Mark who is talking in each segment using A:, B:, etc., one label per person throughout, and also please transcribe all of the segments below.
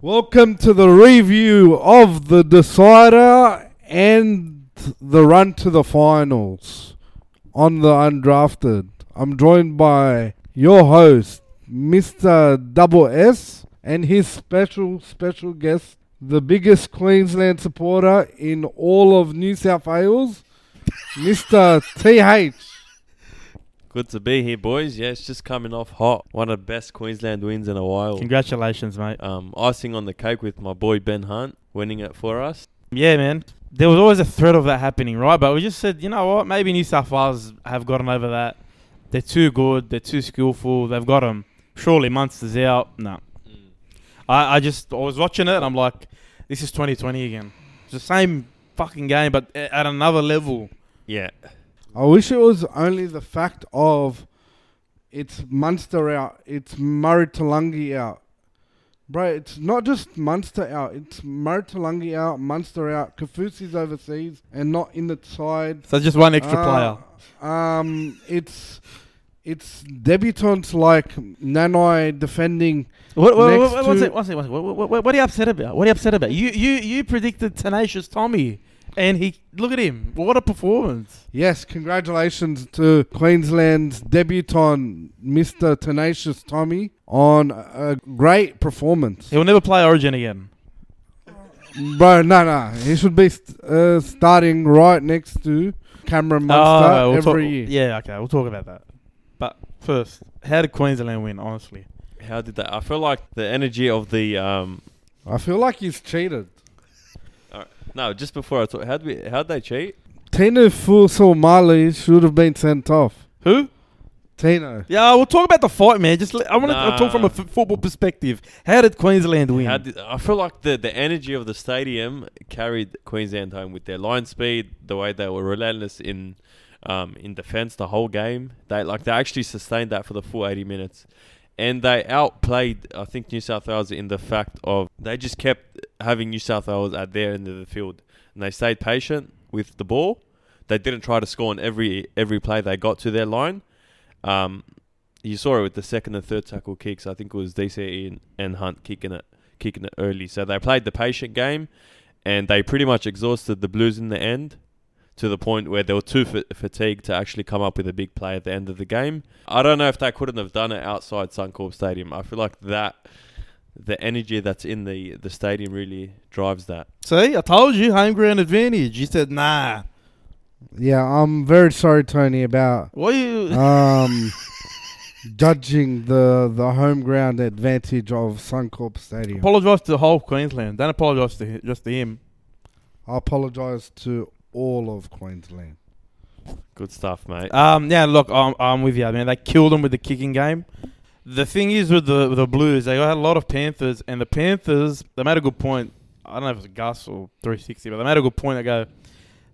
A: Welcome to the review of the decider and the run to the finals on the undrafted. I'm joined by your host, Mr. Double S, and his special, special guest, the biggest Queensland supporter in all of New South Wales, Mr. TH.
B: Good to be here, boys. Yeah, it's just coming off hot. One of the best Queensland wins in a while.
C: Congratulations, mate.
B: Um, icing on the cake with my boy Ben Hunt winning it for us.
C: Yeah, man. There was always a threat of that happening, right? But we just said, you know what? Maybe New South Wales have gotten over that. They're too good. They're too skillful. They've got 'em. Surely Munster's out. No. I, I just, I was watching it and I'm like, this is 2020 again. It's the same fucking game, but a- at another level.
B: Yeah,
A: I wish it was only the fact of it's Munster out, it's Murray Talangi out. Bro, it's not just Munster out, it's Murray Talangi out, Munster out, Kafusi's overseas and not in the side.
C: So just one extra player.
A: player. Um, it's it's debutants like Nanai defending.
C: What, what,
A: next
C: what, what, what's
A: to-
C: it, what's it, what's it, what, what, what, what are you upset about? What are you upset about? You, you, you predicted Tenacious Tommy, and he look at him. What a performance!
A: Yes, congratulations to Queensland's debutant, Mr. Tenacious Tommy, on a great performance.
C: He will never play Origin again.
A: Bro, no, no. He should be st- uh, starting right next to Cameron Munster
C: Oh, we'll
A: every
C: talk-
A: year.
C: Yeah, okay, we'll talk about that. But first, how did Queensland win? Honestly,
B: how did that? I feel like the energy of the um. uh,
A: I feel like he's cheated.
B: No, just before I talk, how did we? How would they cheat?
A: Tino Fusomali should have been sent off.
C: who?
A: Tino.
C: Yeah, we'll talk about the fight, man. Just let, I want to
B: Nah.
C: talk from a f- football perspective. How did Queensland win?
B: How did, I feel like the the energy of the stadium carried Queensland home with their line speed, the way they were relentless in um, in defence the whole game. They like they actually sustained that for the full eighty minutes, and they outplayed I think New South Wales in the fact of they just kept having New South Wales at their end of the field, and they stayed patient with the ball. They didn't try to score on every every play they got to their line. Um, you saw it with the second and third tackle kicks. I think it was DCE and, and Hunt kicking it, kicking it early. So they played the patient game, and they pretty much exhausted the Blues in the end, to the point where they were too fa- fatigued to actually come up with a big play at the end of the game. I don't know if they couldn't have done it outside Suncorp Stadium. I feel like that, the energy that's in the the stadium really drives that.
C: See, I told you, home ground advantage. You said nah.
A: Yeah, I'm very sorry, Tony, about
C: What you?
A: um, judging the, the home ground advantage of Suncorp Stadium.
C: apologise to the whole Queensland. Don't apologise to hi- just to him.
A: I apologise to all of Queensland.
B: Good stuff, mate.
C: Um, yeah, look, I'm, I'm with you, man. They killed them with the kicking game. The thing is with the with the Blues, they had a lot of Panthers, and the Panthers they made a good point. I don't know if it was Gus or 360, but they made a good point. They go,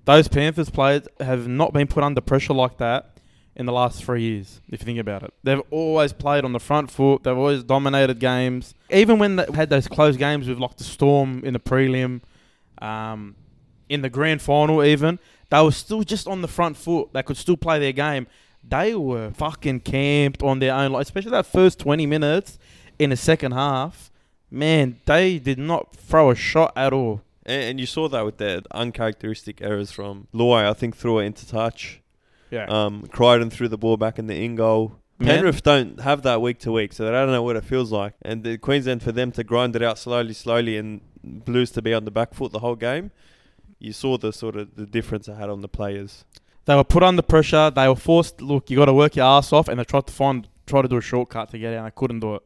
C: those Panthers players have not been put under pressure like that in the last three years. If you think about it, they've always played on the front foot. They've always dominated games, even when they had those close games with like the Storm in the prelim, um, in the grand final, even they were still just on the front foot. They could still play their game. They were fucking camped on their own, like, especially that first 20 minutes in the second half. Man, they did not throw a shot at all.
B: And, and you saw that with the uncharacteristic errors from Luai. I think threw it into touch.
C: Yeah.
B: Um, Crichton threw the ball back in the in goal.
C: Yeah.
B: Penrith don't have that week to week, so they don't know what it feels like. And the Queensland for them to grind it out slowly, slowly, and Blues to be on the back foot the whole game. You saw the sort of the difference it had on the players.
C: They were put under pressure. They were forced. Look, you got to work your ass off, and they tried to find, try to do a shortcut to get out. And I couldn't do it.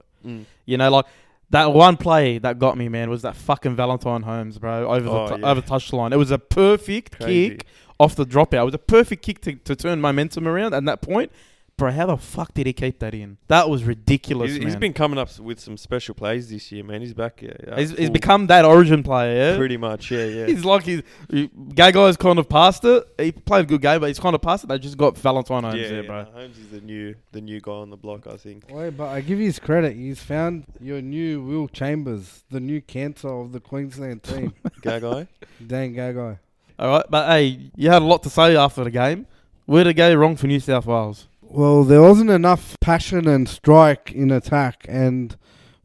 C: You know, like that one play that got me, man, was that fucking Valentine Holmes, bro, over
B: Oh,
C: the t-
B: yeah.
C: over the touchline. It was a perfect
B: Crazy.
C: kick off the dropout. It was a perfect kick to, to turn momentum around at that point. Bro, how the fuck did he keep that in? That was ridiculous,
B: He's,
C: man.
B: he's been coming up s- with some special plays this year, man. He's back. Yeah, yeah,
C: he's, he's
B: full-
C: become that origin player. Yeah?
B: pretty much. Yeah, yeah.
C: He's like he's gay guy's kind of past it. He played a good game, but he's kind of past it. They just got Valentine Holmes
B: yeah,
C: there,
B: yeah.
C: bro.
B: Holmes is the new the new guy on the block, I think.
A: Wait, but I give you his credit. He's found your new Will Chambers, the new cancer of the Queensland team.
B: Guy guy.
A: Dan Gagai.
C: All right, but hey, you had a lot to say after the game. Where did it go wrong for New South Wales?
A: Well, there wasn't enough passion and strike in attack, and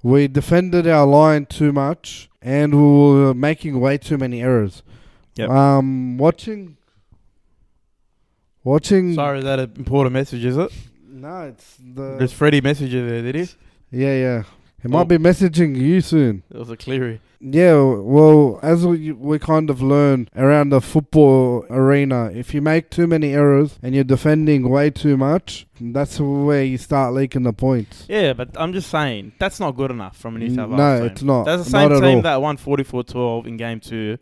A: We defended our line too much, and we were making way too many errors.
C: Yep.
A: Um, watching, watching.
C: Sorry, is that an important message, is it?
A: No, it's
C: There's
A: the.
C: Freddie messenger there, did he?
A: Yeah, yeah. He
C: Oh.
A: might be messaging you soon.
C: It was a Cleary.
A: Yeah, well, as we, we kind of learn around the football arena, if you make too many errors and you're defending way too much, that's where you start leaking the points.
C: Yeah, but I'm just saying that's not good enough from a New South
A: No,
C: Wales team.
A: it's not.
C: That's the
A: Not
C: same
A: at
C: team
A: all.
C: that won 44-12 in game two,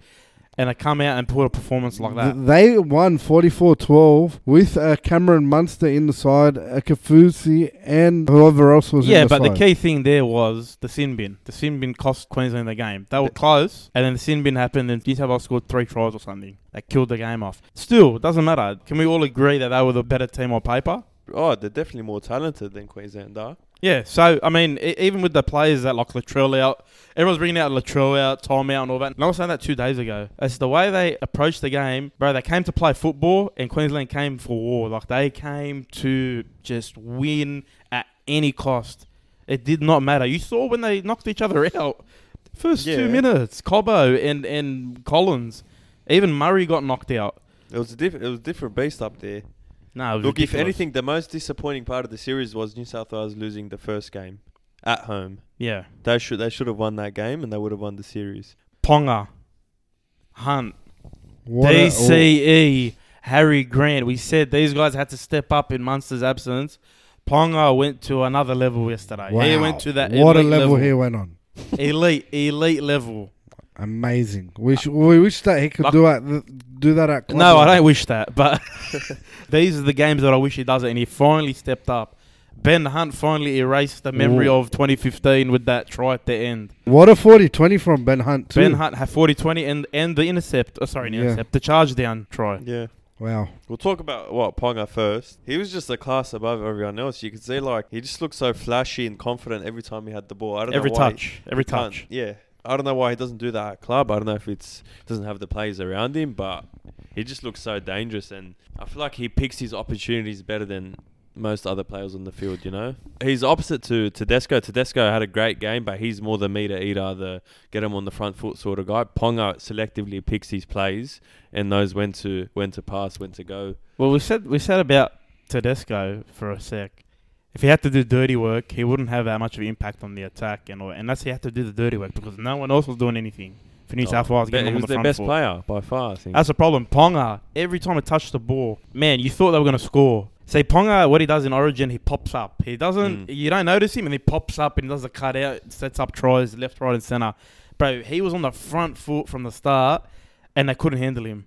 C: and I come out and put a performance like
A: Th-
C: that.
A: They won 44-12 with uh, Cameron Munster in the side, uh, Kafusi, and whoever else was
C: Yeah,
A: in the
C: but
A: side.
C: the key thing there was the sin bin. The sin bin cost Queensland the game. They were close, and then the sin bin happened, and New South Wales scored three tries or something that killed the game off. Still, it doesn't matter. Can we all agree that they were the better team on paper?
B: Oh, they're definitely more talented than Queensland are.
C: Yeah, so I mean, e- even with the players that like Latrell out, everyone's bringing out Latrell out, Tom out, and all that. And I was saying that two days ago. It's the way they approached the game, bro. They came to play football, and Queensland came for war. Like they came to just win at any cost. It did not matter. You saw when they knocked each other out. First
B: Yeah.
C: two minutes, Cobbo and and Collins, even Murray got knocked out.
B: It was a diff- it was a different beast up there.
C: No, it was
B: Look, if
C: ridiculous.
B: anything, the most disappointing part of the series was New South Wales losing the first game at home.
C: yeah,
B: They should they should have won that game and they would have won the series.
C: Ponga, Hunt.
A: What a-
C: DCE, Harry Grant. We said these guys had to step up in Munster's absence. Ponga went to another level yesterday.
A: wow.
C: He went to that
A: What a
C: elite
A: level, he went on.
C: elite, elite level.
A: Amazing. We, sh- we wish that he could
C: Like-
A: do, at th- do that at club
C: Uh, No, I
A: level.
C: don't wish that, but these are the games that I wish he does it, and he finally stepped up. Ben Hunt finally erased the memory
A: Ooh.
C: of 2015 with that try at the end.
A: What a 40-20 from Ben Hunt, too.
C: Ben Hunt had 40-20 and, and the intercept. Oh, sorry, the
A: Yeah.
C: intercept, the charge down try.
B: Yeah.
A: Wow.
B: We'll talk about what Ponga first. He was just a class above everyone else. You could see like he just looked so flashy and confident every time he had the ball. I don't
C: Every
B: know why
C: touch, every
B: he can't-
C: touch.
B: Yeah. I don't know why he doesn't do that at club. I don't know if it's doesn't have the players around him, but he just looks so dangerous and I feel like he picks his opportunities better than most other players on the field, you know? He's opposite to Tedesco. Tedesco had a great game, but he's more the meter eater, the get him on the front foot sort of guy. Ponga selectively picks his plays and knows when to when to pass, when to go.
C: Well, we said we said about Tedesco for a sec. If he had to do dirty work, he wouldn't have that much of an impact on the attack, and all, unless he had to do the dirty work because no one else was doing anything for New
B: Oh,
C: South Wales.
B: Be-
C: getting
B: he was
C: on the
B: their
C: front
B: best
C: foot.
B: player by far. I think.
C: That's the problem. Ponga, every time he touched the ball, man, you thought they were going to score. Say Ponga, what he does in Origin, he pops up. He doesn't,
B: Mm.
C: you don't notice him, and he pops up and he does the cut out, sets up tries left, right, and center. Bro, he was on the front foot from the start, and they couldn't handle him.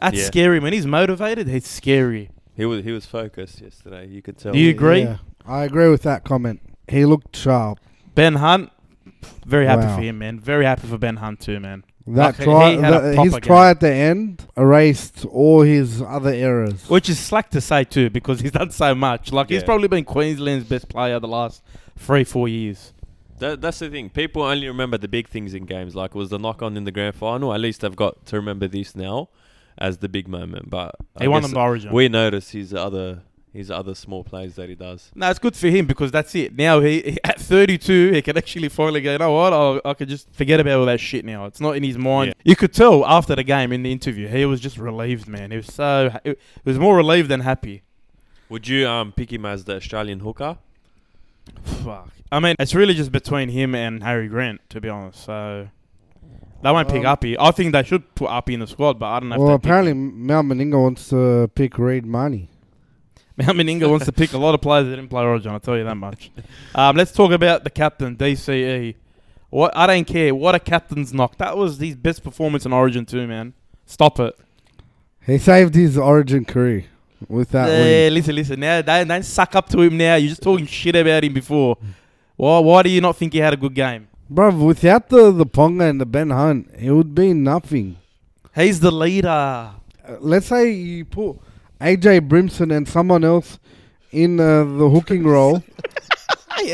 C: That's
B: Yeah.
C: scary. When he's motivated, he's scary.
B: he was he was focused yesterday. You could tell.
C: Do you agree?
A: Yeah, I agree with that comment. He looked sharp.
C: Ben Hunt, very happy
A: Wow.
C: for him, man. Very happy for Ben Hunt too, man.
A: That
C: Okay,
A: try,
C: he had a
A: that-
C: proper
A: his
C: game.
A: try at the end erased all his other errors.
C: Which is slack to say too, because he's done so much. Like he's
B: Yeah.
C: probably been Queensland's best player the last three, four years.
B: That, that's the thing. People only remember the big things in games. Like was the knock on in the grand final. At least I've got to remember this now as the big moment. But
C: He won them the Origin.
B: We notice his other his other small plays that he does.
C: no, it's good for him because that's it. Now he, he- at 32, he can actually finally go. You know what? I'll, I could just forget about all that shit now. It's not in his mind. You could tell after the game in the interview, he was just relieved, man. He was so ha- he was more relieved than happy.
B: Would you um pick him as the Australian hooker?
C: Fuck. I mean, it's really just between him and Harry Grant, to be honest. So they won't pick
A: Um,
C: Uppy. I think they should put Uppy in the squad, but I don't know.
A: well,
C: if they
A: apparently Mal Meninga wants to pick Reed Money.
C: pick him. Meninga wants to pick a lot of players that didn't play Origin. I'll tell you that much. um, let's talk about the captain, DCE. What I don't care. What a captain's knock. That was his best performance in Origin too, man. Stop it.
A: He saved his Origin career with that
C: Yeah,
A: win.
C: listen, listen. Now don't, don't suck up to him. Now you're just talking shit about him before. Why? Why do you not think he had a good game?
A: Bruv, without the, the Ponga and the Ben Hunt, it would be nothing.
C: He's the leader.
A: Uh, let's say you put AJ Brimson and someone else in uh, the hooking role.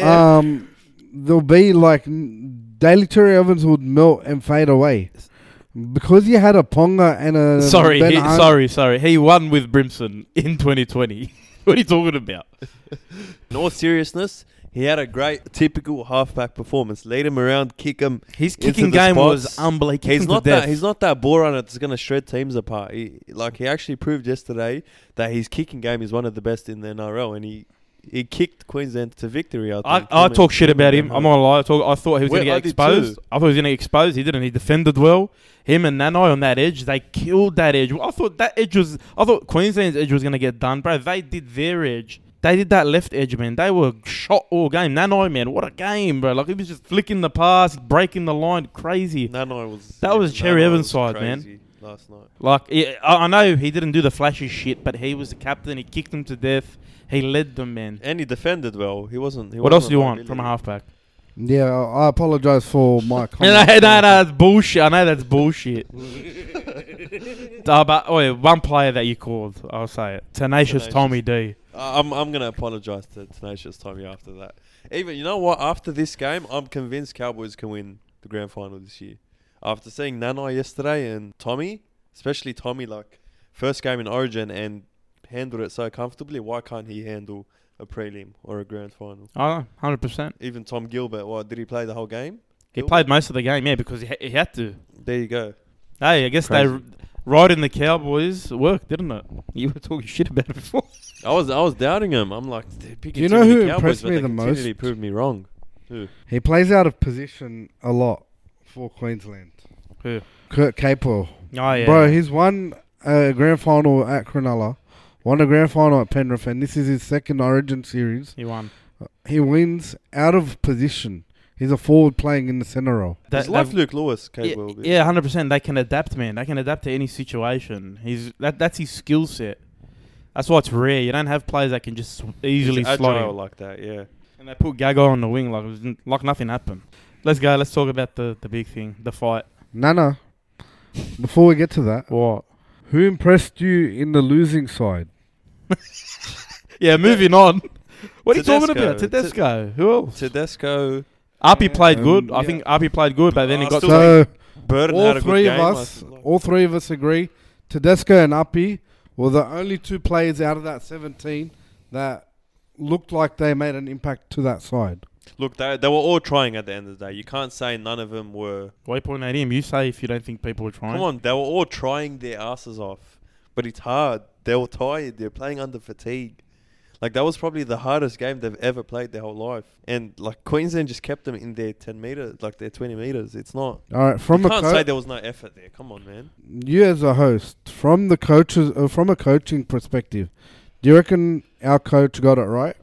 A: um, there'll be like n- Daily Cherry Evans would melt and fade away because you had a Ponga and a
C: sorry,
A: Ben
C: he,
A: Hunt-
C: sorry, sorry. He won with Brimson in 2020. what are you talking about?
B: In all seriousness, He had a great typical halfback performance. Lead him around, kick him.
C: His
B: into
C: kicking
B: the
C: game was
B: spots.
C: unbelievable.
B: He's not that. He's not that ball runner that's going to shred teams apart. He, like he actually proved yesterday that his kicking game is one of the best in the NRL, and he he kicked Queensland to victory. I,
C: I,
B: think,
C: I
B: him and-
C: talk shit about him.
B: and
C: I'm not gonna lie. I, talk, I thought he was
B: Well,
C: gonna get
B: I did
C: exposed.
B: too.
C: I thought he was gonna get exposed. He didn't. He defended well. Him and Nanai on that edge, they killed that edge. I thought that edge was. I thought Queensland's edge was gonna get done, bro. They did their edge. They did that left edge, man. They were shot all game. Nanai, man, what a game, bro. Like he was just flicking the pass, breaking the line, crazy.
B: Nanai was
C: That was Cherry
B: Nanai
C: Evans'
B: was
C: side, man.
B: crazy Last night.
C: Like yeah, I I know he didn't do the flashy shit, but he was the captain. He kicked them to death. He led them, man.
B: And he defended well. He wasn't. He
C: What
B: wasn't
C: else do you
B: a
C: want from a
B: liability.
C: halfback?
A: Yeah, I apologize for my
C: No,
A: comment.
C: no, no, that's bullshit. I know that's bullshit. uh, but wait, one player that you called, I'll say it. Tenacious,
B: Tenacious.
C: Tommy D.
B: I- I'm I'm gonna apologize to Tenacious Tommy after that. Even you know what? After this game, I'm convinced Cowboys can win the grand final this year. After seeing Nanai yesterday and Tommy, especially Tommy, like first game in Origin and handled it so comfortably. Why can't he handle a prelim or a grand final?
C: Oh, 100%.
B: Even Tom Gilbert, why did he play the whole game?
C: He
B: Cool.
C: played most of the game, yeah, because he, ha- he had to.
B: There you go.
C: Hey, I guess they
B: Crazy.
C: r- riding the Cowboys worked, didn't it? You were talking shit about it before.
B: I was I was doubting him. I'm like, "They're picking
A: you
B: too
A: know
B: many
A: who
B: Cowboys,
A: impressed
B: but
A: me
B: they
A: the
B: continually
A: most?
B: Proved me wrong.
A: He plays out of position a lot for Queensland.
C: Who?
A: Kurt Capel.
C: Oh, yeah.
A: Bro, he's won a grand final at Cronulla, won a grand final at Penrith, and this is his second Origin series.
C: he won.
A: He wins out of position. He's a forward playing in the centre role.
C: They-
B: It's like
C: they've-
B: Luke Lewis,
C: yeah,
B: Cable.
C: yeah, 100%. They can adapt, man. They can adapt to any situation. He's that That's his skill set. That's why it's rare. You don't have players that can just sw- easily
B: He's
C: slot
B: agile
C: in.
B: like that. Yeah.
C: And they put Gago on the wing like it was n- like nothing happened. Let's go. Let's talk about the, the big thing, the fight.
A: Nana, before we get to that,
C: What?
A: who impressed you in the losing side?
C: Yeah, moving on. What are you talking
B: Tedesco.
C: about? Tedesco. Who else?
B: Tedesco.
C: Arpi played
A: Um,
C: good. I
A: yeah.
C: think Arpi played good, but then he
B: I
C: got
B: still
C: to
A: So
B: Burton had
A: all
B: a
A: three
B: good
A: of
B: game. I
A: us,
B: feel like.
A: all three of us agree. Tedesco and Uppy were the only two players out of that 17 that looked like they made an impact to that side.
B: Look, they, they were all trying at the end of the day. You can't say none of them were.
C: waypoint at him. You say if you don't think people were trying.
B: Come on, they were all trying their asses off, but it's hard. They were tired. They're playing under fatigue. Like that was probably the hardest game they've ever played their whole life, and like Queensland just kept them in their ten meters, like their twenty meters. It's not.
A: All right, from
B: you
A: a
B: can't
A: co-
B: say there was no effort there. Come on, man.
A: you as a host, from the coaches, uh, from a coaching perspective, do you reckon our coach got it right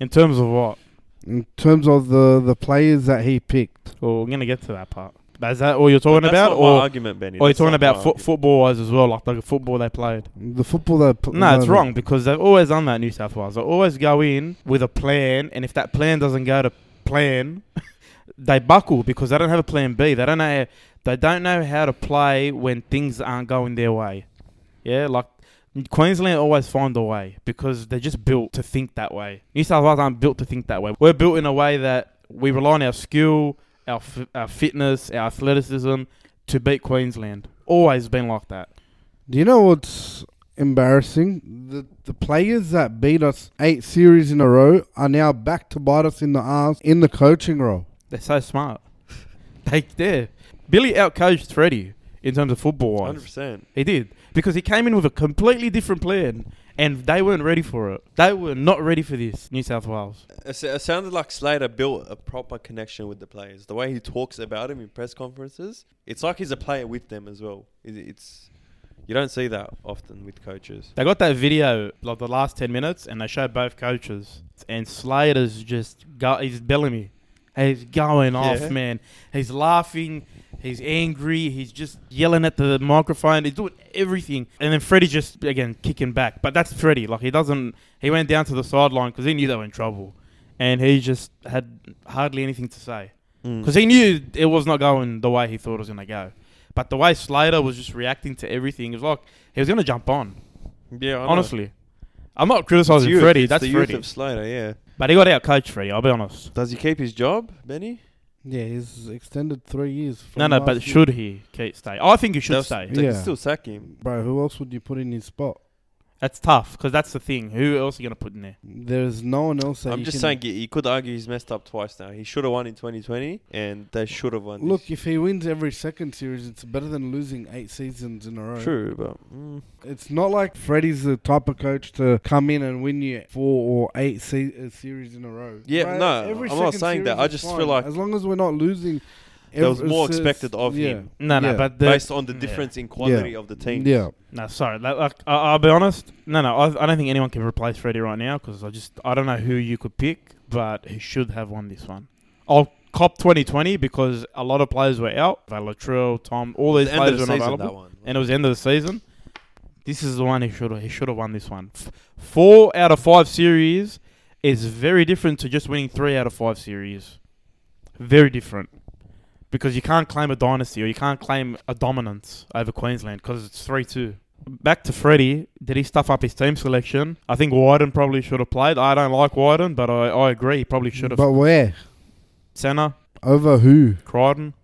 C: In terms of what?
A: in terms of the the players that he picked?
C: Well, we're gonna get to that part. But is that all you're talking
B: That's
C: about,
B: not my
C: or
B: argument, Benny.
C: or Oh, you're
B: That's
C: talking
B: not my
C: about fo-
B: argument.
C: football wise as well, like the football they played?
A: The football that pl-
C: No, it's
A: the-
C: wrong because they've always done that in New South Wales. They always go in with a plan, and if that plan doesn't go to plan, they buckle because they don't have a plan B. They don't know they don't know how to play when things aren't going their way. Yeah, like Queensland always find a way because they're just built to think that way. New South Wales aren't built to think that way. We're built in a way that we rely on our skill, our f- our fitness, our athleticism to beat Queensland. Always been like that.
A: Do you know what's embarrassing? The the players that beat us eight series in a row are now back to bite us in the arse in the coaching role.
C: They're so smart. they did. Billy outcoached Freddie in terms of football
B: Hundred
C: wise.
B: percent.
C: He did because he came in with a completely different plan, and they weren't ready for it. They were not ready for this. New South Wales.
B: It sa- it sounded like Slater built a proper connection with the players. The way he talks about him in press conferences, it's like he's a player with them as well. It, it's you don't see that often with coaches.
C: They got that video like the last ten minutes, and they showed both coaches. And Slater's just go- he's Bellamy. He's going
B: Yeah.
C: off, man. He's laughing. He's angry. He's just yelling at the microphone. He's doing everything. And then Freddie just again kicking back. But that's Freddie. Like he doesn't. He went down to the sideline because he knew they were in trouble, and he just had hardly anything to say
A: Mm.
C: because he knew it was not going the way he thought it was going to go. But the way Slater was just reacting to everything, it was like he was going to jump on.
B: yeah, I know.
C: Honestly, I'm not
B: Oh, It's
C: criticizing
B: youth.
C: Freddie.
B: It's
C: That's
B: the youth
C: Freddie,
B: of Slater. Yeah,
C: but he got out coach Freddie. I'll be honest.
B: does he keep his job, Benny?
A: Yeah, he's extended three years.
C: No, no, but should he keep stay? I think he should
B: They'll-
C: stay.
B: They
A: Yeah.
B: can still sack him.
A: bro? Who else would you put in his spot?
C: That's tough because that's the thing. Who else are you going to put in there?
A: There's no one else. That
B: I'm
A: you
B: just
A: can-
B: saying you you could argue he's messed up twice now. He should have won in 2020, and they should have won.
A: Look,
B: this.
A: if he wins every second series, it's better than losing eight seasons in a row.
B: true, but mm,
A: It's not like Freddie's the type of coach to come in and win you four or eight se- uh, series in a row.
B: Yeah, no, I'm not
A: second
B: saying that.
A: series
B: I
A: is
B: just
A: fine.
B: feel like-
A: as long as we're not losing,
B: There was
A: every-
B: more
A: it's-
B: expected of
A: yeah.
B: him.
C: No, no,
A: Yeah.
C: but the,
B: based on the
C: yeah.
B: difference in quality of the team.
A: Yeah,
C: No, sorry. Like, like, I- I'll be honest. No, no. I, I don't think anyone can replace Freddie right now because I just I don't know who you could pick, but he should have won this one. I'll cop 2020 because a lot of players were out. Like Latrell, Tom, all these
B: The end
C: players
B: of the
C: were not
B: season, that
C: available,
B: one.
C: and it was the end of the season. This is the one he should he should have won this one. F- Four out of five series is very different to just winning three out of five series. Very different. Because you can't claim a dynasty or you can't claim a dominance over Queensland because it's 3 2. Back to Freddie, did he stuff up his team selection? I think Wyden probably should have played. I don't like Wyden, but I, I agree. He probably should have.
A: But where?
C: Senna,
A: Over who?
C: Crichton,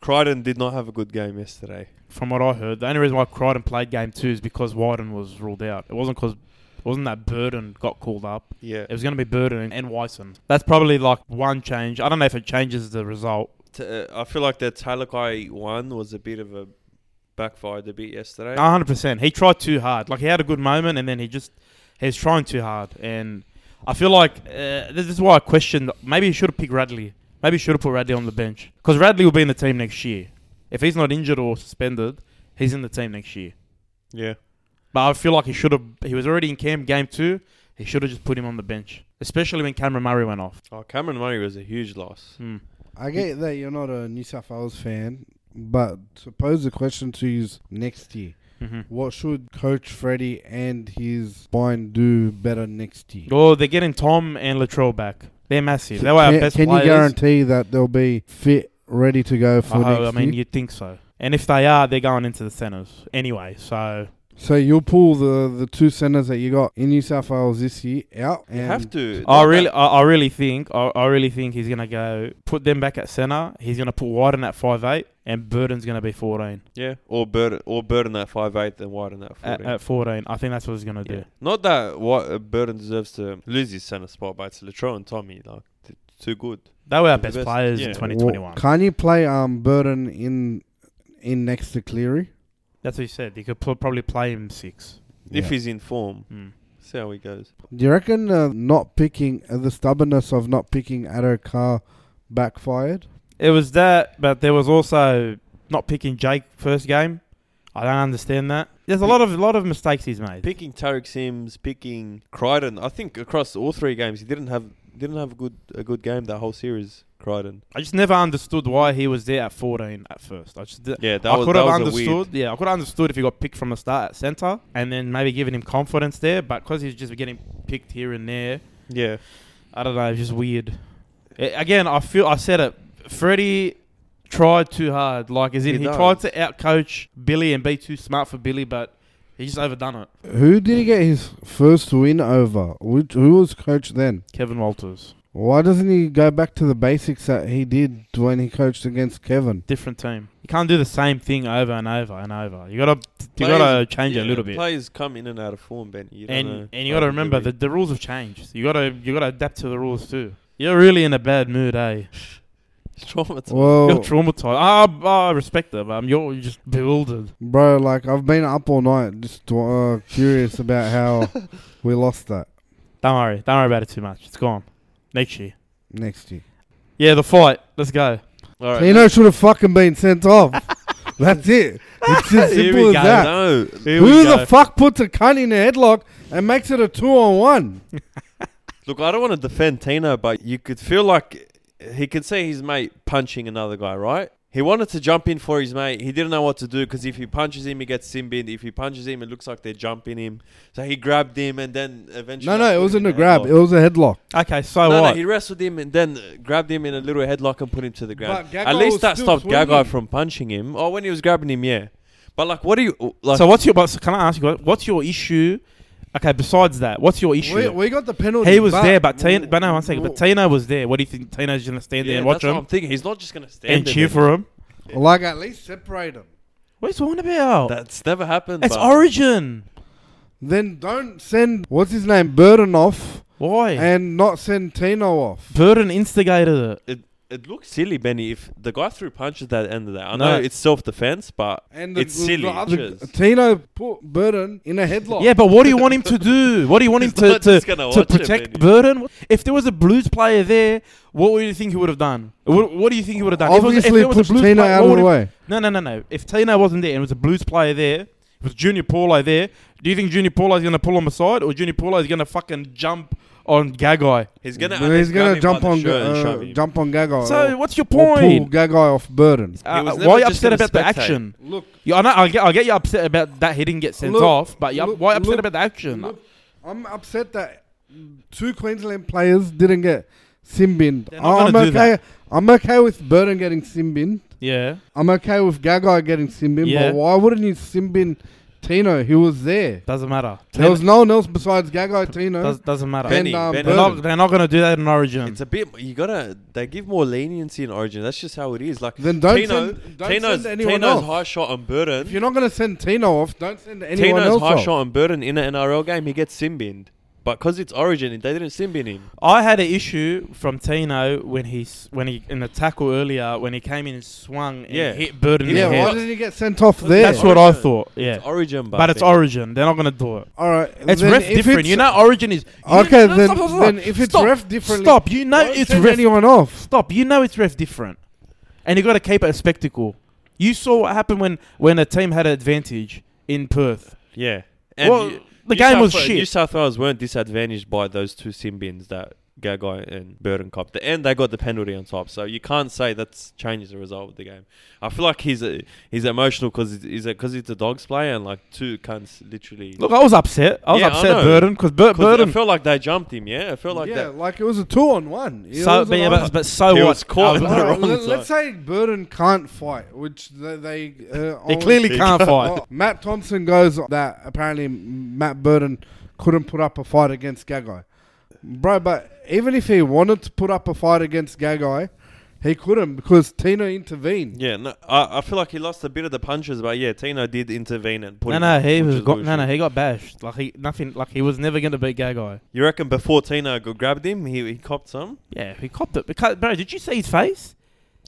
B: Crichton did not have a good game yesterday.
C: from what I heard, the only reason why Crichton played game two is because Wyden was ruled out. It wasn't because. Wasn't that Burden got called up?
B: Yeah,
C: It was going to be Burden and, and Wyson. That's probably like one change. I don't know if it changes the result.
B: T- uh, I feel like the Talakai one was a bit of a backfired a bit yesterday.
C: A hundred percent. He tried too hard. Like he had a good moment, and then he just he was trying too hard. And I feel like uh, this is why I questioned. Maybe he should have picked Radley. Maybe he should have put Radley on the bench because Radley will be in the team next year. If he's not injured or suspended, he's in the team next year.
B: Yeah,
C: But I feel like he should have. He was already in camp game two. He should have just put him on the bench, especially when Cameron Murray went off.
B: oh, Cameron Murray was a huge loss.
C: Hmm.
A: I get that you're not a New South Wales fan, but suppose the question to you is next year.
B: Mm-hmm.
C: Mhm.
A: What should Coach Freddie and his spine do better next year?
C: Oh, they're getting Tom and Latrell back. They're massive. They were our
A: Can-
C: best
A: can
C: players.
A: you guarantee that they'll be fit, ready to go for
C: I,
A: next
C: ho- I mean,
A: year?
C: you'd think so. And if they are, they're going into the centres anyway. So
A: so you'll pull the, the two centers that you got in New South Wales this year out. And
B: You have to.
C: I really, I, I really think, I, I really think he's gonna go put them back at centre. He's gonna put Wyden at five eight, and Burden's gonna be fourteen.
B: Yeah, or Burden, or Burden at five eight, and Wyden at
C: At,
B: fourteen.
C: at fourteen, I think that's what he's gonna
B: yeah.
C: do.
B: Not that what uh, Burden deserves to lose his center spot, but it's Latrell and Tommy like t- too good.
C: They were our
B: The
C: best,
B: best-
C: players
B: yeah.
C: in twenty twenty one.
A: Well, can you play um Burden in in next to Cleary?
C: That's what he said. He could pl- probably play him six.
B: If he's in form,
C: Mm.
B: see how he goes.
A: Do you reckon uh, not picking uh, the stubbornness of not picking Addo Carr backfired?
C: It was that, but there was also not picking Jake first game. I don't understand that. There's a lot of lot of mistakes he's made.
B: Picking Tarek Sims, picking Crichton. I think across all three games, he didn't have didn't have a good a good game that whole series. Crichton.
C: I just never understood why he was there at 14 at first. I just
B: Yeah, that
C: I
B: was
C: could
B: that
C: have
B: was
C: understood.
B: a weird.
C: Yeah, I could have understood if he got picked from the start at centre and then maybe giving him confidence there. But because he's just getting picked here and there,
B: Yeah,
C: I don't know. It's just weird. A- again, I feel I said it. Freddie tried too hard. Like, as in,
B: He
C: he,
B: does.
C: tried to outcoach Billy and be too smart for Billy, but he just overdone it.
A: Who did he get his first win over? Which, who was coach then?
C: Kevin Walters,
A: Why doesn't he go back to the basics that he did when he coached against Kevin?
C: different team. You can't do the same thing over and over and over. You gotta, you
B: Players-
C: gotta change it
B: Yeah,
C: a little bit.
B: Players come in and out of form, Ben. You don't
C: and
B: know.
C: and you got to
B: Like,
C: remember
B: really-
C: that the rules have changed. You got to you got to adapt to the rules too. You're really in a bad mood, eh?
B: It's traumatized.
C: You're
A: Well,
C: traumatized. Ah, b- ah, I respect that, but um, you're just bewildered.
A: bro, like I've been up all night just uh, curious about how we lost that
C: Don't worry. Don't worry about it too much. It's gone. Next year.
A: next year.
C: Yeah, the fight. Let's go.
B: All right.
A: Tino should have fucking been sent off. That's it. It's as
C: Here we
A: simple as
C: go.
A: that.
B: No,
C: Here
A: Who the fuck puts a cunt in a headlock and makes it a two on one?
B: Look, I don't want to defend Tino, but you could feel like he could see his mate punching another guy, right? He wanted to jump in for his mate. He didn't know what to do because if he punches him, he gets Simbin. If he punches him, it looks like they're jumping him. So he grabbed him and then eventually.
A: No, no, it
B: put
A: wasn't
B: him
A: a
B: in
A: grab.
B: headlock.
A: It was a headlock.
C: okay, so
B: no, no,
C: what?
B: he wrestled him and then uh, grabbed him in a little headlock and put him to the ground.
A: But Gagai
B: At
A: was
B: least that
A: still
B: stopped
A: swinging.
B: Gagai from punching him. Or when he was grabbing him, yeah. But like, what do you like?
C: so what's your? But can I ask you? what- What's your issue? Okay, besides that, what's your issue?
A: We, we got the penalty.
C: he was there, but Tino. But no, one second.
A: w-
C: But Tino was there. What do you think? Tino's gonna stand there
B: yeah,
C: and watch
B: that's what I'm
C: him
B: thinking. He's not just gonna stand
C: and
B: there
C: cheer
B: then.
C: for him.
A: like at least separate him.
C: What are you talking about?
B: That's never happened.
C: It's
B: but-
C: Origin.
A: then don't send what's his name Burton off
C: Why?
A: and not send Tino off.
C: Burton instigated it.
B: It looks silly, Benny, if the guy threw punches at the end of that. I
C: No.
B: know it's self defense, but
A: And
B: It's silly,
A: other,
B: just.
A: Tino put Burton in a headlock.
C: Yeah, but what do you want him to do? What do you want him
B: He's
C: to
B: not
C: to,
B: just gonna
C: to
B: watch it,
C: protect
B: Benny.
C: Burton? If there was a Blues player there, what would you think he would have done? What, what do you think he would have done? If it was- if
A: Obviously,
C: there was a
A: pushed
C: Blues
A: Tino
C: player,
A: out
C: what
A: of
C: would
A: the
C: he-
A: way.
C: No, no, no, no. If Tino wasn't there and it was a Blues player there, if it was Junior Paulo there, do you think Junior Paulo is going to pull him aside or Junior Paulo is going to fucking jump on Gagai?
B: he's gonna.
A: But he's
B: gonna
A: gonna jump on
B: shirt and
A: uh,
B: shove him.
A: jump on Gagai.
C: So what's your
A: or, or pull
C: point?
A: Gagai off Burton.
B: He
C: Uh,
B: was never
C: why are you
B: just
C: upset
B: gonna
C: about the
B: spectate.
C: action?
A: Look,
C: Yeah, I know. I get, I get you upset about that he didn't get sent
A: Look,
C: off, but you,
A: look,
C: why upset
A: look,
C: about the action?
A: look, I'm upset that two Queensland players didn't get simbined.
C: They're not
A: I'm
C: gonna
A: okay.
C: do that.
A: I'm okay with Burton getting simbined.
C: Yeah.
A: I'm okay with Gagai getting simbin,
C: Yeah.
A: but why wouldn't you simbin Tino? He was there.
C: Doesn't matter.
A: There was no one else besides Gagai Tino.
C: Does, doesn't matter.
A: Ben-
B: Benny,
A: and, um,
B: Benny,
C: they're not, they're not going to do that in Origin.
B: It's a bit. You gotta. They give more leniency in Origin. That's just how it is. Like
A: then don't
B: Tino,
A: send, don't
B: Tino's,
A: send anyone
B: Tino's
A: else.
B: high shot on
A: If
B: Burton.
A: you're not going to send Tino off, don't send anyone
B: Tino's
A: else
B: high
A: off.
B: shot on Burton in an NRL game. He gets simbined, but because it's Origin, they didn't simbin him.
C: I had an issue from Tino when he s- when he in the tackle earlier when he came in and swung and
B: Yeah.
C: hit Burden in
A: Yeah,
C: the
B: Yeah.
A: why
C: head.
A: didn't he get sent off
B: That's
A: there?
C: That's what I
B: Origin.
C: thought. Yeah,
B: It's Origin, but,
C: but it's Origin. They're not going to do it.
A: All right.
C: It's
A: then
C: ref
A: if
C: different.
A: it's-
C: you know, Origin is you
A: Okay,
C: know-
A: then,
C: stop, stop, stop.
A: then if it's
C: Stop.
A: ref differently,
C: stop. You know
A: don't
C: it's
A: send
C: ref.
A: anyone off.
C: Stop. You know it's ref different, and you got to keep it a spectacle. You saw what happened when when a team had an advantage in Perth.
B: Yeah. And
C: Well,
B: you-
C: the
B: New
C: game
B: South
C: was
B: Wa-
C: shit.
B: New South Wales weren't disadvantaged by those two sin bins that Gagai and Burton copped. And they got the penalty on top. So you can't say that's changes the result of the game. I feel like he's a, he's emotional because he's, a- 'cause he's a dogs player and like two cunts literally.
C: Look, I was upset. I was
B: Yeah, I
C: upset
B: know.
C: at Burden because Bur-
B: 'Cause I
C: Burden.
B: felt like they jumped him, yeah? I felt like
A: yeah,
B: that.
A: like it was a two on one. It
C: So,
A: was
C: but,
A: an
C: yeah,
A: on-
C: but, but so
B: He
C: what?
B: was caught in the
C: Uh,
A: Alright,
B: wrong
A: let- Let's say Burton can't fight, which they they, uh,
C: They
A: on-
C: clearly
B: Big.
C: can't fight.
A: Well, Matt Thompson goes that apparently Matt Burton couldn't put up a fight against Gagai. Bro, but even if he wanted to put up a fight against Gagai, he couldn't because Tino intervened.
B: Yeah, no, I, I feel like he lost a bit of the punches, but yeah, Tino did intervene and put
C: No,
B: him
C: no,
B: up,
C: he
B: which
C: was got, no,
B: bullshit.
C: no, he got bashed. Like he nothing. Like he was never going to beat Gagai.
B: You reckon before Tino g- grabbed him, he, he copped some?
C: Yeah, he copped it. Because, bro, did you see his face?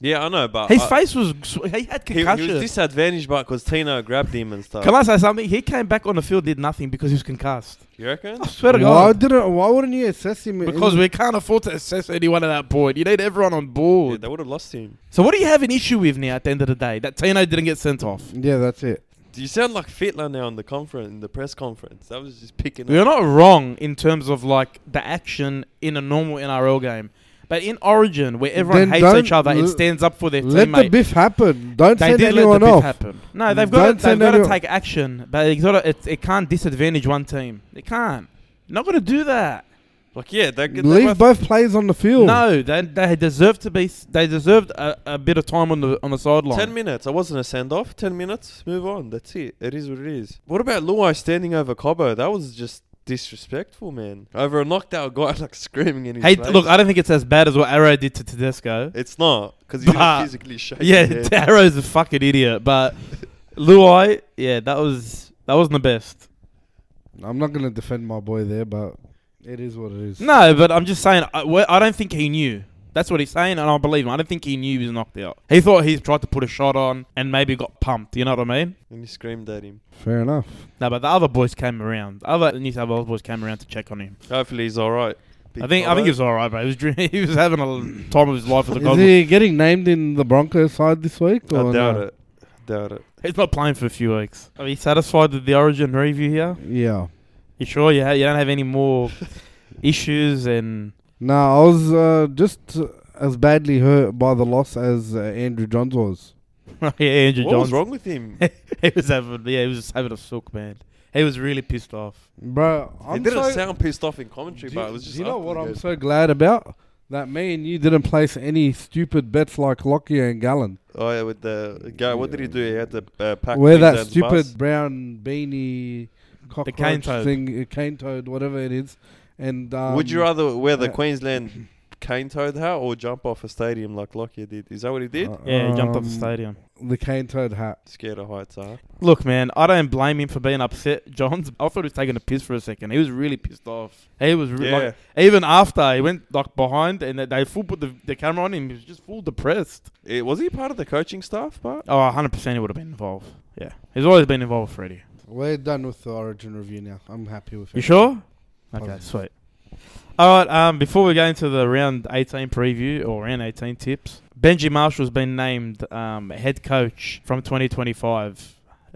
B: Yeah, I know, but
C: His
B: I-
C: face was. He had
B: Uh, he, he
C: concussion.
B: was disadvantaged by because Tino grabbed him and stuff.
C: Can I say something? He came back on the field, did nothing because he was concussed.
B: You reckon?
C: I swear to
A: Why
C: God.
A: didn't? Why wouldn't you assess him? in-
C: Because we can't afford to assess anyone at that point. You need everyone on
B: Yeah,
C: board.
B: they would have lost him.
C: so what do you have an issue with now? At the end of the day, that Tino didn't get sent off.
A: yeah, that's it.
B: You sound like Fitler now in the conference, in the press conference. That was just picking
C: You're
B: up.
C: not wrong in terms of like the action in a normal NRL game, but in Origin, where
A: Then
C: everyone hates
A: don't
C: each other and
A: l-
C: stands up for their
A: Let
C: teammate,
A: the biff happen. Don't
C: they
A: send
C: did let
A: anyone
C: the bit
A: off.
C: happen. No, they've got
A: Don't
C: to, they've
A: send
C: got to
A: anyone-
C: take action, but it's got to, it, it can't disadvantage one team. It can't. Not going to do that.
B: Like, yeah, they, they
A: Leave
B: both,
A: both players on the field.
C: No, they they deserve to be. s- They deserved a, a bit of time on the on the sideline.
B: 10 minutes. I wasn't a send off. 10 minutes. Move on. That's it. It is what it is. What about Luai standing over Cobbo? That was just disrespectful, man. Over a knocked out guy, like screaming in his
C: Hey,
B: face.
C: look, I don't think it's as bad as what Arrow did to Tedesco.
B: it's not because he
C: But-
B: didn't physically shake.
C: Yeah,
B: his head.
C: Darrow's a fucking idiot, but Luai, yeah, that was that wasn't the best.
A: I'm not gonna defend my boy there, but it is what it is.
C: No, but I'm just saying, I, wh- I don't think he knew. That's what he's saying, and I believe him. I don't think he knew he was knocked out. He thought he tried to put a shot on and maybe got pumped. You know what I mean?
B: and he screamed at him.
A: Fair enough.
C: No, but the other boys came around. The other New South Wales boys came around to check on him.
B: Hopefully, he's all right. Big
C: I think I think
B: Cobbo.
C: he was all right, bro. He was dr- he was having a time of his life with the
A: Is
C: goggles.
A: he getting named in the Broncos side this week? Or
B: I doubt
A: no?
B: it. Doubt it.
C: He's not playing for a few weeks. Are you satisfied with the Origin review here?
A: Yeah.
C: You sure you ha- you don't have any more issues and
A: No, I was uh, just as badly hurt by the loss as uh, Andrew Johns was.
C: yeah, Andrew
B: What was
C: Johns.
B: wrong with him?
C: he was having yeah, he was just having a sook, man. He was really pissed off.
A: Bro,
B: He
A: I'm
B: didn't
A: so,
B: sound pissed off in
A: do
B: commentary,
A: you,
B: but it was
A: do
B: just.
A: you know
B: after
A: what
B: the
A: I'm
B: game.
A: so glad about? That me and you didn't place any stupid bets like Lockyer and Gallen.
B: Oh yeah, with the guy. What did he do? He had to uh, pack.
A: Where
B: things out
A: that
B: of the bus.
A: stupid brown beanie cockroach
C: cane toad.
A: thing, uh, cane toad, whatever it is. And um,
B: Would you rather wear the
A: uh,
B: Queensland cane toed hat or jump off a stadium like Lockyer did? Is that what he did?
C: Yeah, he jumped off the
A: Um,
C: stadium.
A: The cane toed hat.
B: Scared of heights, huh?
C: Look, man, I don't blame him for being upset. Johns, I thought he was taking a piss for a second. He was really pissed off. He was re-
B: Yeah.
C: like, even after he went like behind and they- they full put the, the camera on him. He was just full depressed.
B: Eh, was he part of the coaching staff, But
C: Oh, 100 percent, he would have been involved. Yeah, he's always been involved, with Freddie.
A: We're done with the Origin review now. I'm happy with it.
C: You sure? Okay,
A: Positive.
C: sweet. All right. Um, before we go into the round 18 preview or round 18 tips, Benji Marshall's been named um, head coach from 2025.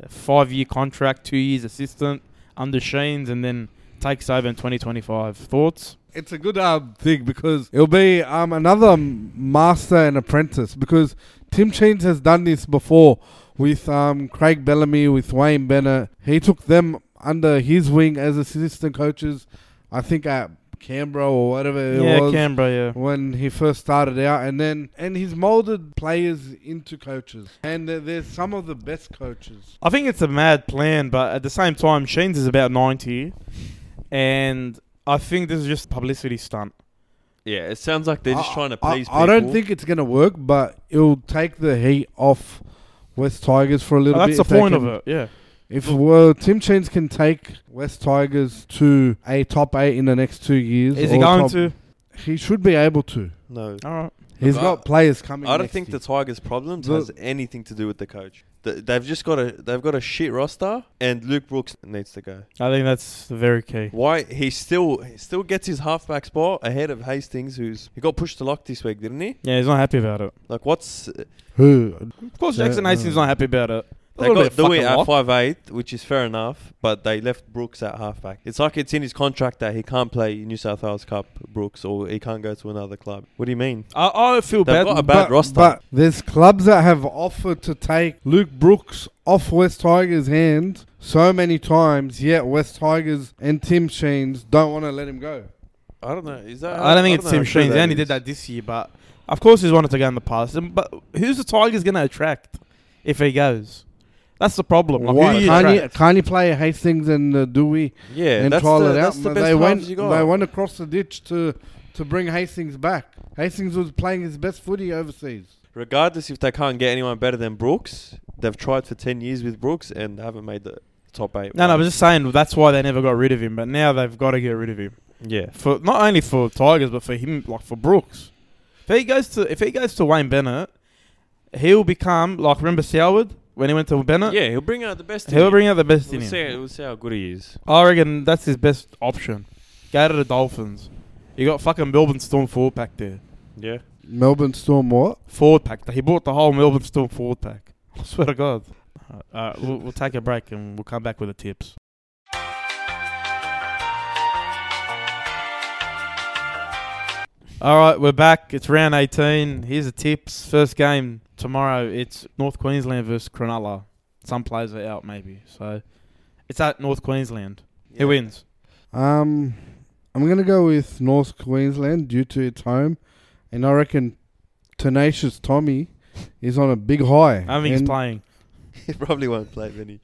C: Five year contract, two years assistant under Sheens, and then takes over in 2025. Thoughts?
A: It's a good um, thing because it'll be um, another m- master and apprentice because Tim Sheens has done this before with um, Craig Bellamy, with Wayne Bennett. He took them under his wing as assistant coaches, I think at Canberra or whatever it
C: yeah,
A: was.
C: Canberra. Yeah.
A: when he first started out, and then and he's molded players into coaches, and they're, they're some of the best coaches.
C: I think it's a mad plan, but at the same time, Sheens is about 90, and I think this is just a publicity stunt.
B: yeah, it sounds like they're just
A: I-
B: trying to
A: I-
B: please
A: I, don't think it's gonna work, but it'll take the heat off West Tigers for a little
C: Oh, That's
A: bit.
C: the
A: if they
C: point of
A: can-
C: it. Yeah.
A: If well, Tim Cheens can take West Tigers to a top eight in the next two years,
C: Is he
A: or
C: going
A: top-
C: to?
A: He should be able to.
B: No.
C: All right.
A: He's
B: I-
A: got players coming.
B: I don't
A: next
B: think
A: year.
B: the Tigers' problems
A: The-
B: has anything to do with the coach. Th- They've just got a they've got a shit roster, and Luke Brooks needs to go.
C: I think that's very key.
B: Why he still he still gets his halfback spot ahead of Hastings, who's he got pushed to lock this week, didn't he?
C: Yeah, he's not happy about it.
B: Like what's they
A: who
C: Of course,
A: Yeah,
C: Jackson Hastings
A: uh,
C: not happy about it. A little
B: mm. got
C: bit fucking
B: Dewey at
C: locked.
B: five eight, which is fair enough, but they left Brooks at halfback. It's like it's in his contract that he can't play New South Wales Cup Brooks, or he can't go to another club. What do you mean?
C: I, I feel
B: They've
C: bad.
B: got a bad
A: but,
B: roster.
A: But there's clubs that have offered to take Luke Brooks off West Tigers' hands so many times, yet West Tigers and Tim Sheens don't want to let him go.
B: I don't know. Is that?
C: I don't think it's
B: know
C: Tim
B: how true
C: Sheens. They only
B: is.
C: did that this year, but of course he's wanted to go in the past. And- But who's the Tigers going to attract if he goes? That's the problem. Like, who
A: Why
C: do you
A: can't you,
C: attract?
A: can't you play Hastings and uh, Dewey
B: Yeah,
A: and
B: that's
A: trial
B: the,
A: it out?
B: that's the
A: But
B: best
A: they went
B: you got.
A: they went across the ditch to to bring Hastings back. Hastings was playing his best footy overseas.
B: regardless if they can't get anyone better than Brooks, they've tried for 10 years with Brooks and haven't made the top eight.
C: No, no, I was just saying that's why they never got rid of him. But now they've got to get rid of him
B: yeah.
C: for not only for Tigers but for him, like for Brooks. If he goes to if he goes to Wayne Bennett, he'll become like remember Soward when he went to Bennett.
B: Yeah, he'll bring out the best. in
C: he'll
B: him.
C: bring out the best
B: we'll
C: in him.
B: see, we'll see how good he is.
C: I reckon that's his best option. Go to the Dolphins. You got fucking Melbourne Storm forward pack there.
B: Yeah.
A: Melbourne Storm what?
C: Forward pack. He bought the whole Melbourne Storm forward pack. I swear to God. All right, Uh, we'll, we'll take a break and we'll come back with the tips. All right, we're back. It's round 18. Here's the tips. First game tomorrow. It's North Queensland versus Cronulla. Some players are out, maybe. So it's at North Queensland. Who wins?
A: Um, I'm gonna go with North Queensland due to its home, and I reckon Tenacious Tommy is on a big high.
C: I don't think he's
A: And
C: playing.
B: he probably won't play many.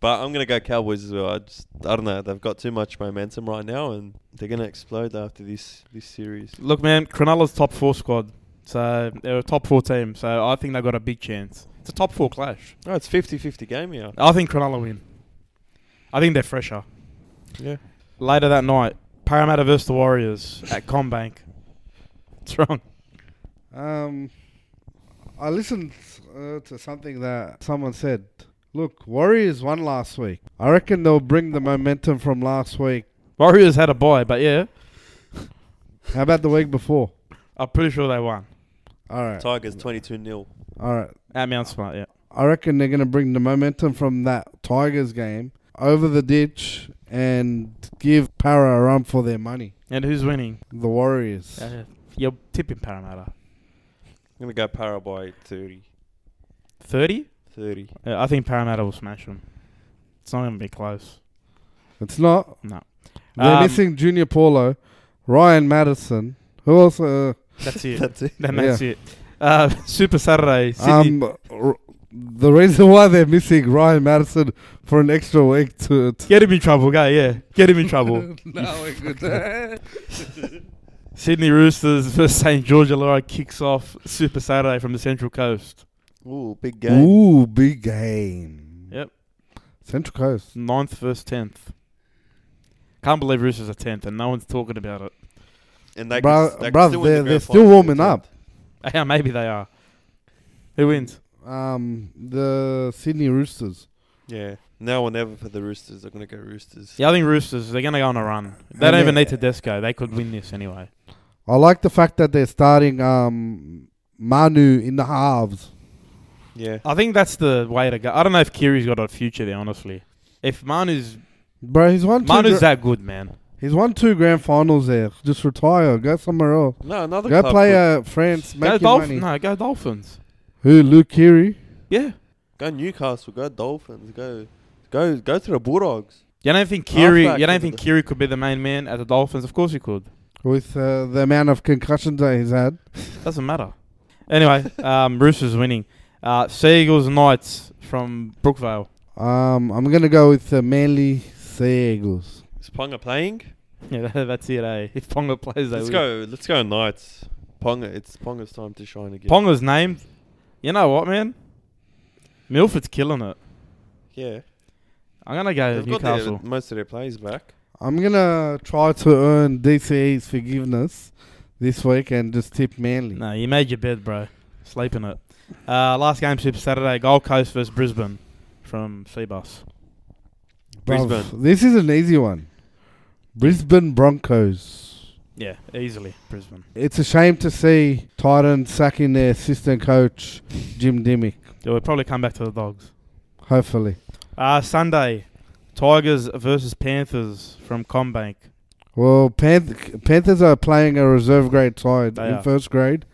B: But I'm going to go Cowboys as well. I just I don't know. They've got too much momentum right now and they're going to explode after this this series.
C: Look, man, Cronulla's top four squad. So they're a top four team. So I think they've got a big chance. It's a top four clash.
B: Oh, it's 50-50 game here.
C: I think Cronulla win. I think they're fresher.
B: Yeah.
C: Later that night, Parramatta versus the Warriors at Combank. It's wrong.
A: Um, I listened uh, to something that someone said. Look, Warriors won last week. I reckon they'll bring the momentum from last week.
C: Warriors had a bye, but yeah,
A: How about the week before?
C: I'm pretty sure they won
A: All right,
B: Tigers 22-0.
A: all right.
C: at Mount Smart. Yeah.
A: I reckon they're gonna bring the momentum from that Tigers game over the ditch and give Para a run for their money.
C: And who's winning?
A: The Warriors.
C: Uh, you're tipping Parramatta.
B: I'm going to go Para by 30.
C: 30?
B: 30.
C: Uh, I think Parramatta will smash them. It's not going to be close.
A: It's not.
C: No.
A: They're
C: Um,
A: missing Junior Paulo, Ryan Madison. Who else? Uh,
C: That's it.
B: That's it.
C: Then that's it. Uh, Super Saturday, Sydney.
A: um, r- the reason why they're missing Ryan Madison for an extra week to. to
C: Get him in trouble, guy. Yeah, get him in trouble.
A: no, we're good.
C: Sydney Roosters versus St George Illawarra kicks off Super Saturday from the Central Coast.
D: Ooh, big game.
A: Ooh, big game.
C: Yep.
A: Central Coast.
C: Ninth versus tenth. Can't believe Roosters are tenth and no one's talking about it.
B: And they
A: Bruh-
B: could, they could
A: bruh,
B: still win the
A: they're-
B: grand
A: they're
B: final
A: still
B: if they
A: warming
B: want.
A: up.
C: Yeah, maybe they are. Who wins?
A: Um, the Sydney Roosters.
B: Yeah. Now or never for the Roosters. They're going to go Roosters.
C: Yeah, I think Roosters. They're gonna go on a run. They
A: And
C: don't even
A: they-
C: need Tedesco. They could win this anyway.
A: I like the fact that they're starting um Manu in the halves.
B: Yeah.
C: I think that's the way to go. I don't know if Kiri's got a future there, honestly. If Manu's
A: Bro, he's won two
C: Manu's
A: gra-
C: that good, man.
A: he's won two grand finals there. Just retire, go somewhere else.
B: No, another
A: Go
B: club
A: play
B: could-
A: uh, France,
C: Go
A: make your money.
C: Dolphins. No, go Dolphins.
A: Who Luke Keary?
C: Yeah.
B: Go Newcastle. Go Dolphins. Go, go, go to the Bulldogs.
C: You don't think Kiri?
B: Halfback
C: You don't
B: could
C: think
B: be-
C: Kiri could be the main man at the Dolphins? Of course he could.
A: With uh, the amount of concussions that he's had.
C: Doesn't matter. Anyway, um, Roosters winning. Uh, Seagulls Knights from Brookvale.
A: Um, I'm gonna go with uh, Manly Sea Eagles.
B: Is Ponga playing?
C: Yeah, that, that's it, eh? If Ponga plays, they
B: Let's
C: win.
B: go. Let's go Knights. Ponga. It's Ponga's time to shine again.
C: Ponga's named. You know what, man? Milford's killing it.
B: Yeah.
C: I'm gonna go
B: They've got their,
C: Newcastle.
B: most of their players back.
A: I'm gonna try to earn DCE's forgiveness this week and just tip Manly.
C: No, you made your bed, bro. Sleep in it. Uh, last game Super Saturday, Gold Coast versus Brisbane from Seabus.
A: Bruv,
B: Brisbane.
A: This is an easy one. Brisbane Broncos.
C: Yeah, easily Brisbane.
A: It's a shame to see Titans sacking their assistant coach Jim Dimmick.
C: Yeah, we'll probably come back to the Dogs.
A: Hopefully,
C: Uh, Sunday, Tigers versus Panthers from Combank.
A: well, Panth- Panthers are playing a reserve grade side
C: They
A: in
C: are.
A: first grade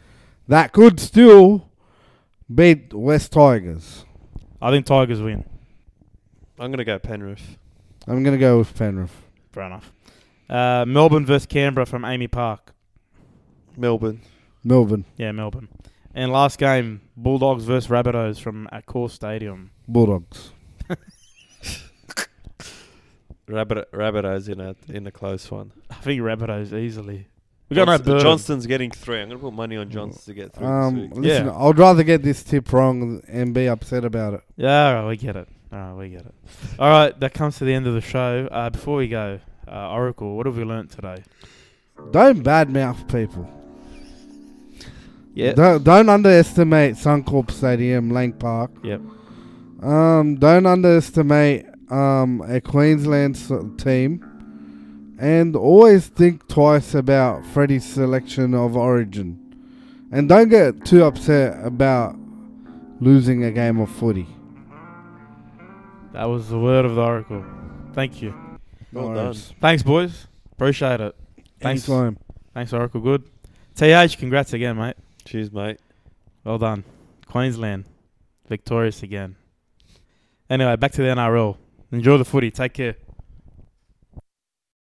A: that could still beat West Tigers.
C: I think Tigers win.
B: I'm gonna go Penrith.
A: I'm gonna go with Penrith.
C: Fair enough. Uh, Melbourne versus Canberra from Amy Park.
B: Melbourne.
A: Melbourne
C: Yeah, Melbourne. And last game, Bulldogs versus Rabbitohs from Accor Stadium.
A: Bulldogs.
B: Rabbit. Rabbitohs in a in a close one.
C: I think Rabbitohs easily. We got no
B: Johnson-
C: bird.
B: Johnston's getting three. I'm gonna put money on Johnston to get through.
A: Um,
B: this week.
A: listen,
C: Yeah.
A: I'd rather get this tip wrong and be upset about it.
C: Yeah, all right, we get it. All right, we get it. All right, that comes to the end of the show. Uh, before we go, uh, Oracle, what have we learnt today?
A: Don't badmouth people.
C: Yeah.
A: Don't, don't underestimate Suncorp Stadium, Lang Park.
C: Yep.
A: Um, don't underestimate um, a Queensland s- team. And always think twice about Freddie's selection of Origin. And don't get too upset about losing a game of footy.
C: That was the word of the Oracle. Thank you.
B: Well
A: No
B: done.
A: worries.
C: Thanks, boys. Appreciate it. Thanks.
A: Anytime.
C: Thanks, Oracle. Good. TH, congrats again, mate.
B: Cheers, mate.
C: Well done. Queensland, victorious again. Anyway, back to the NRL. Enjoy the footy. Take care.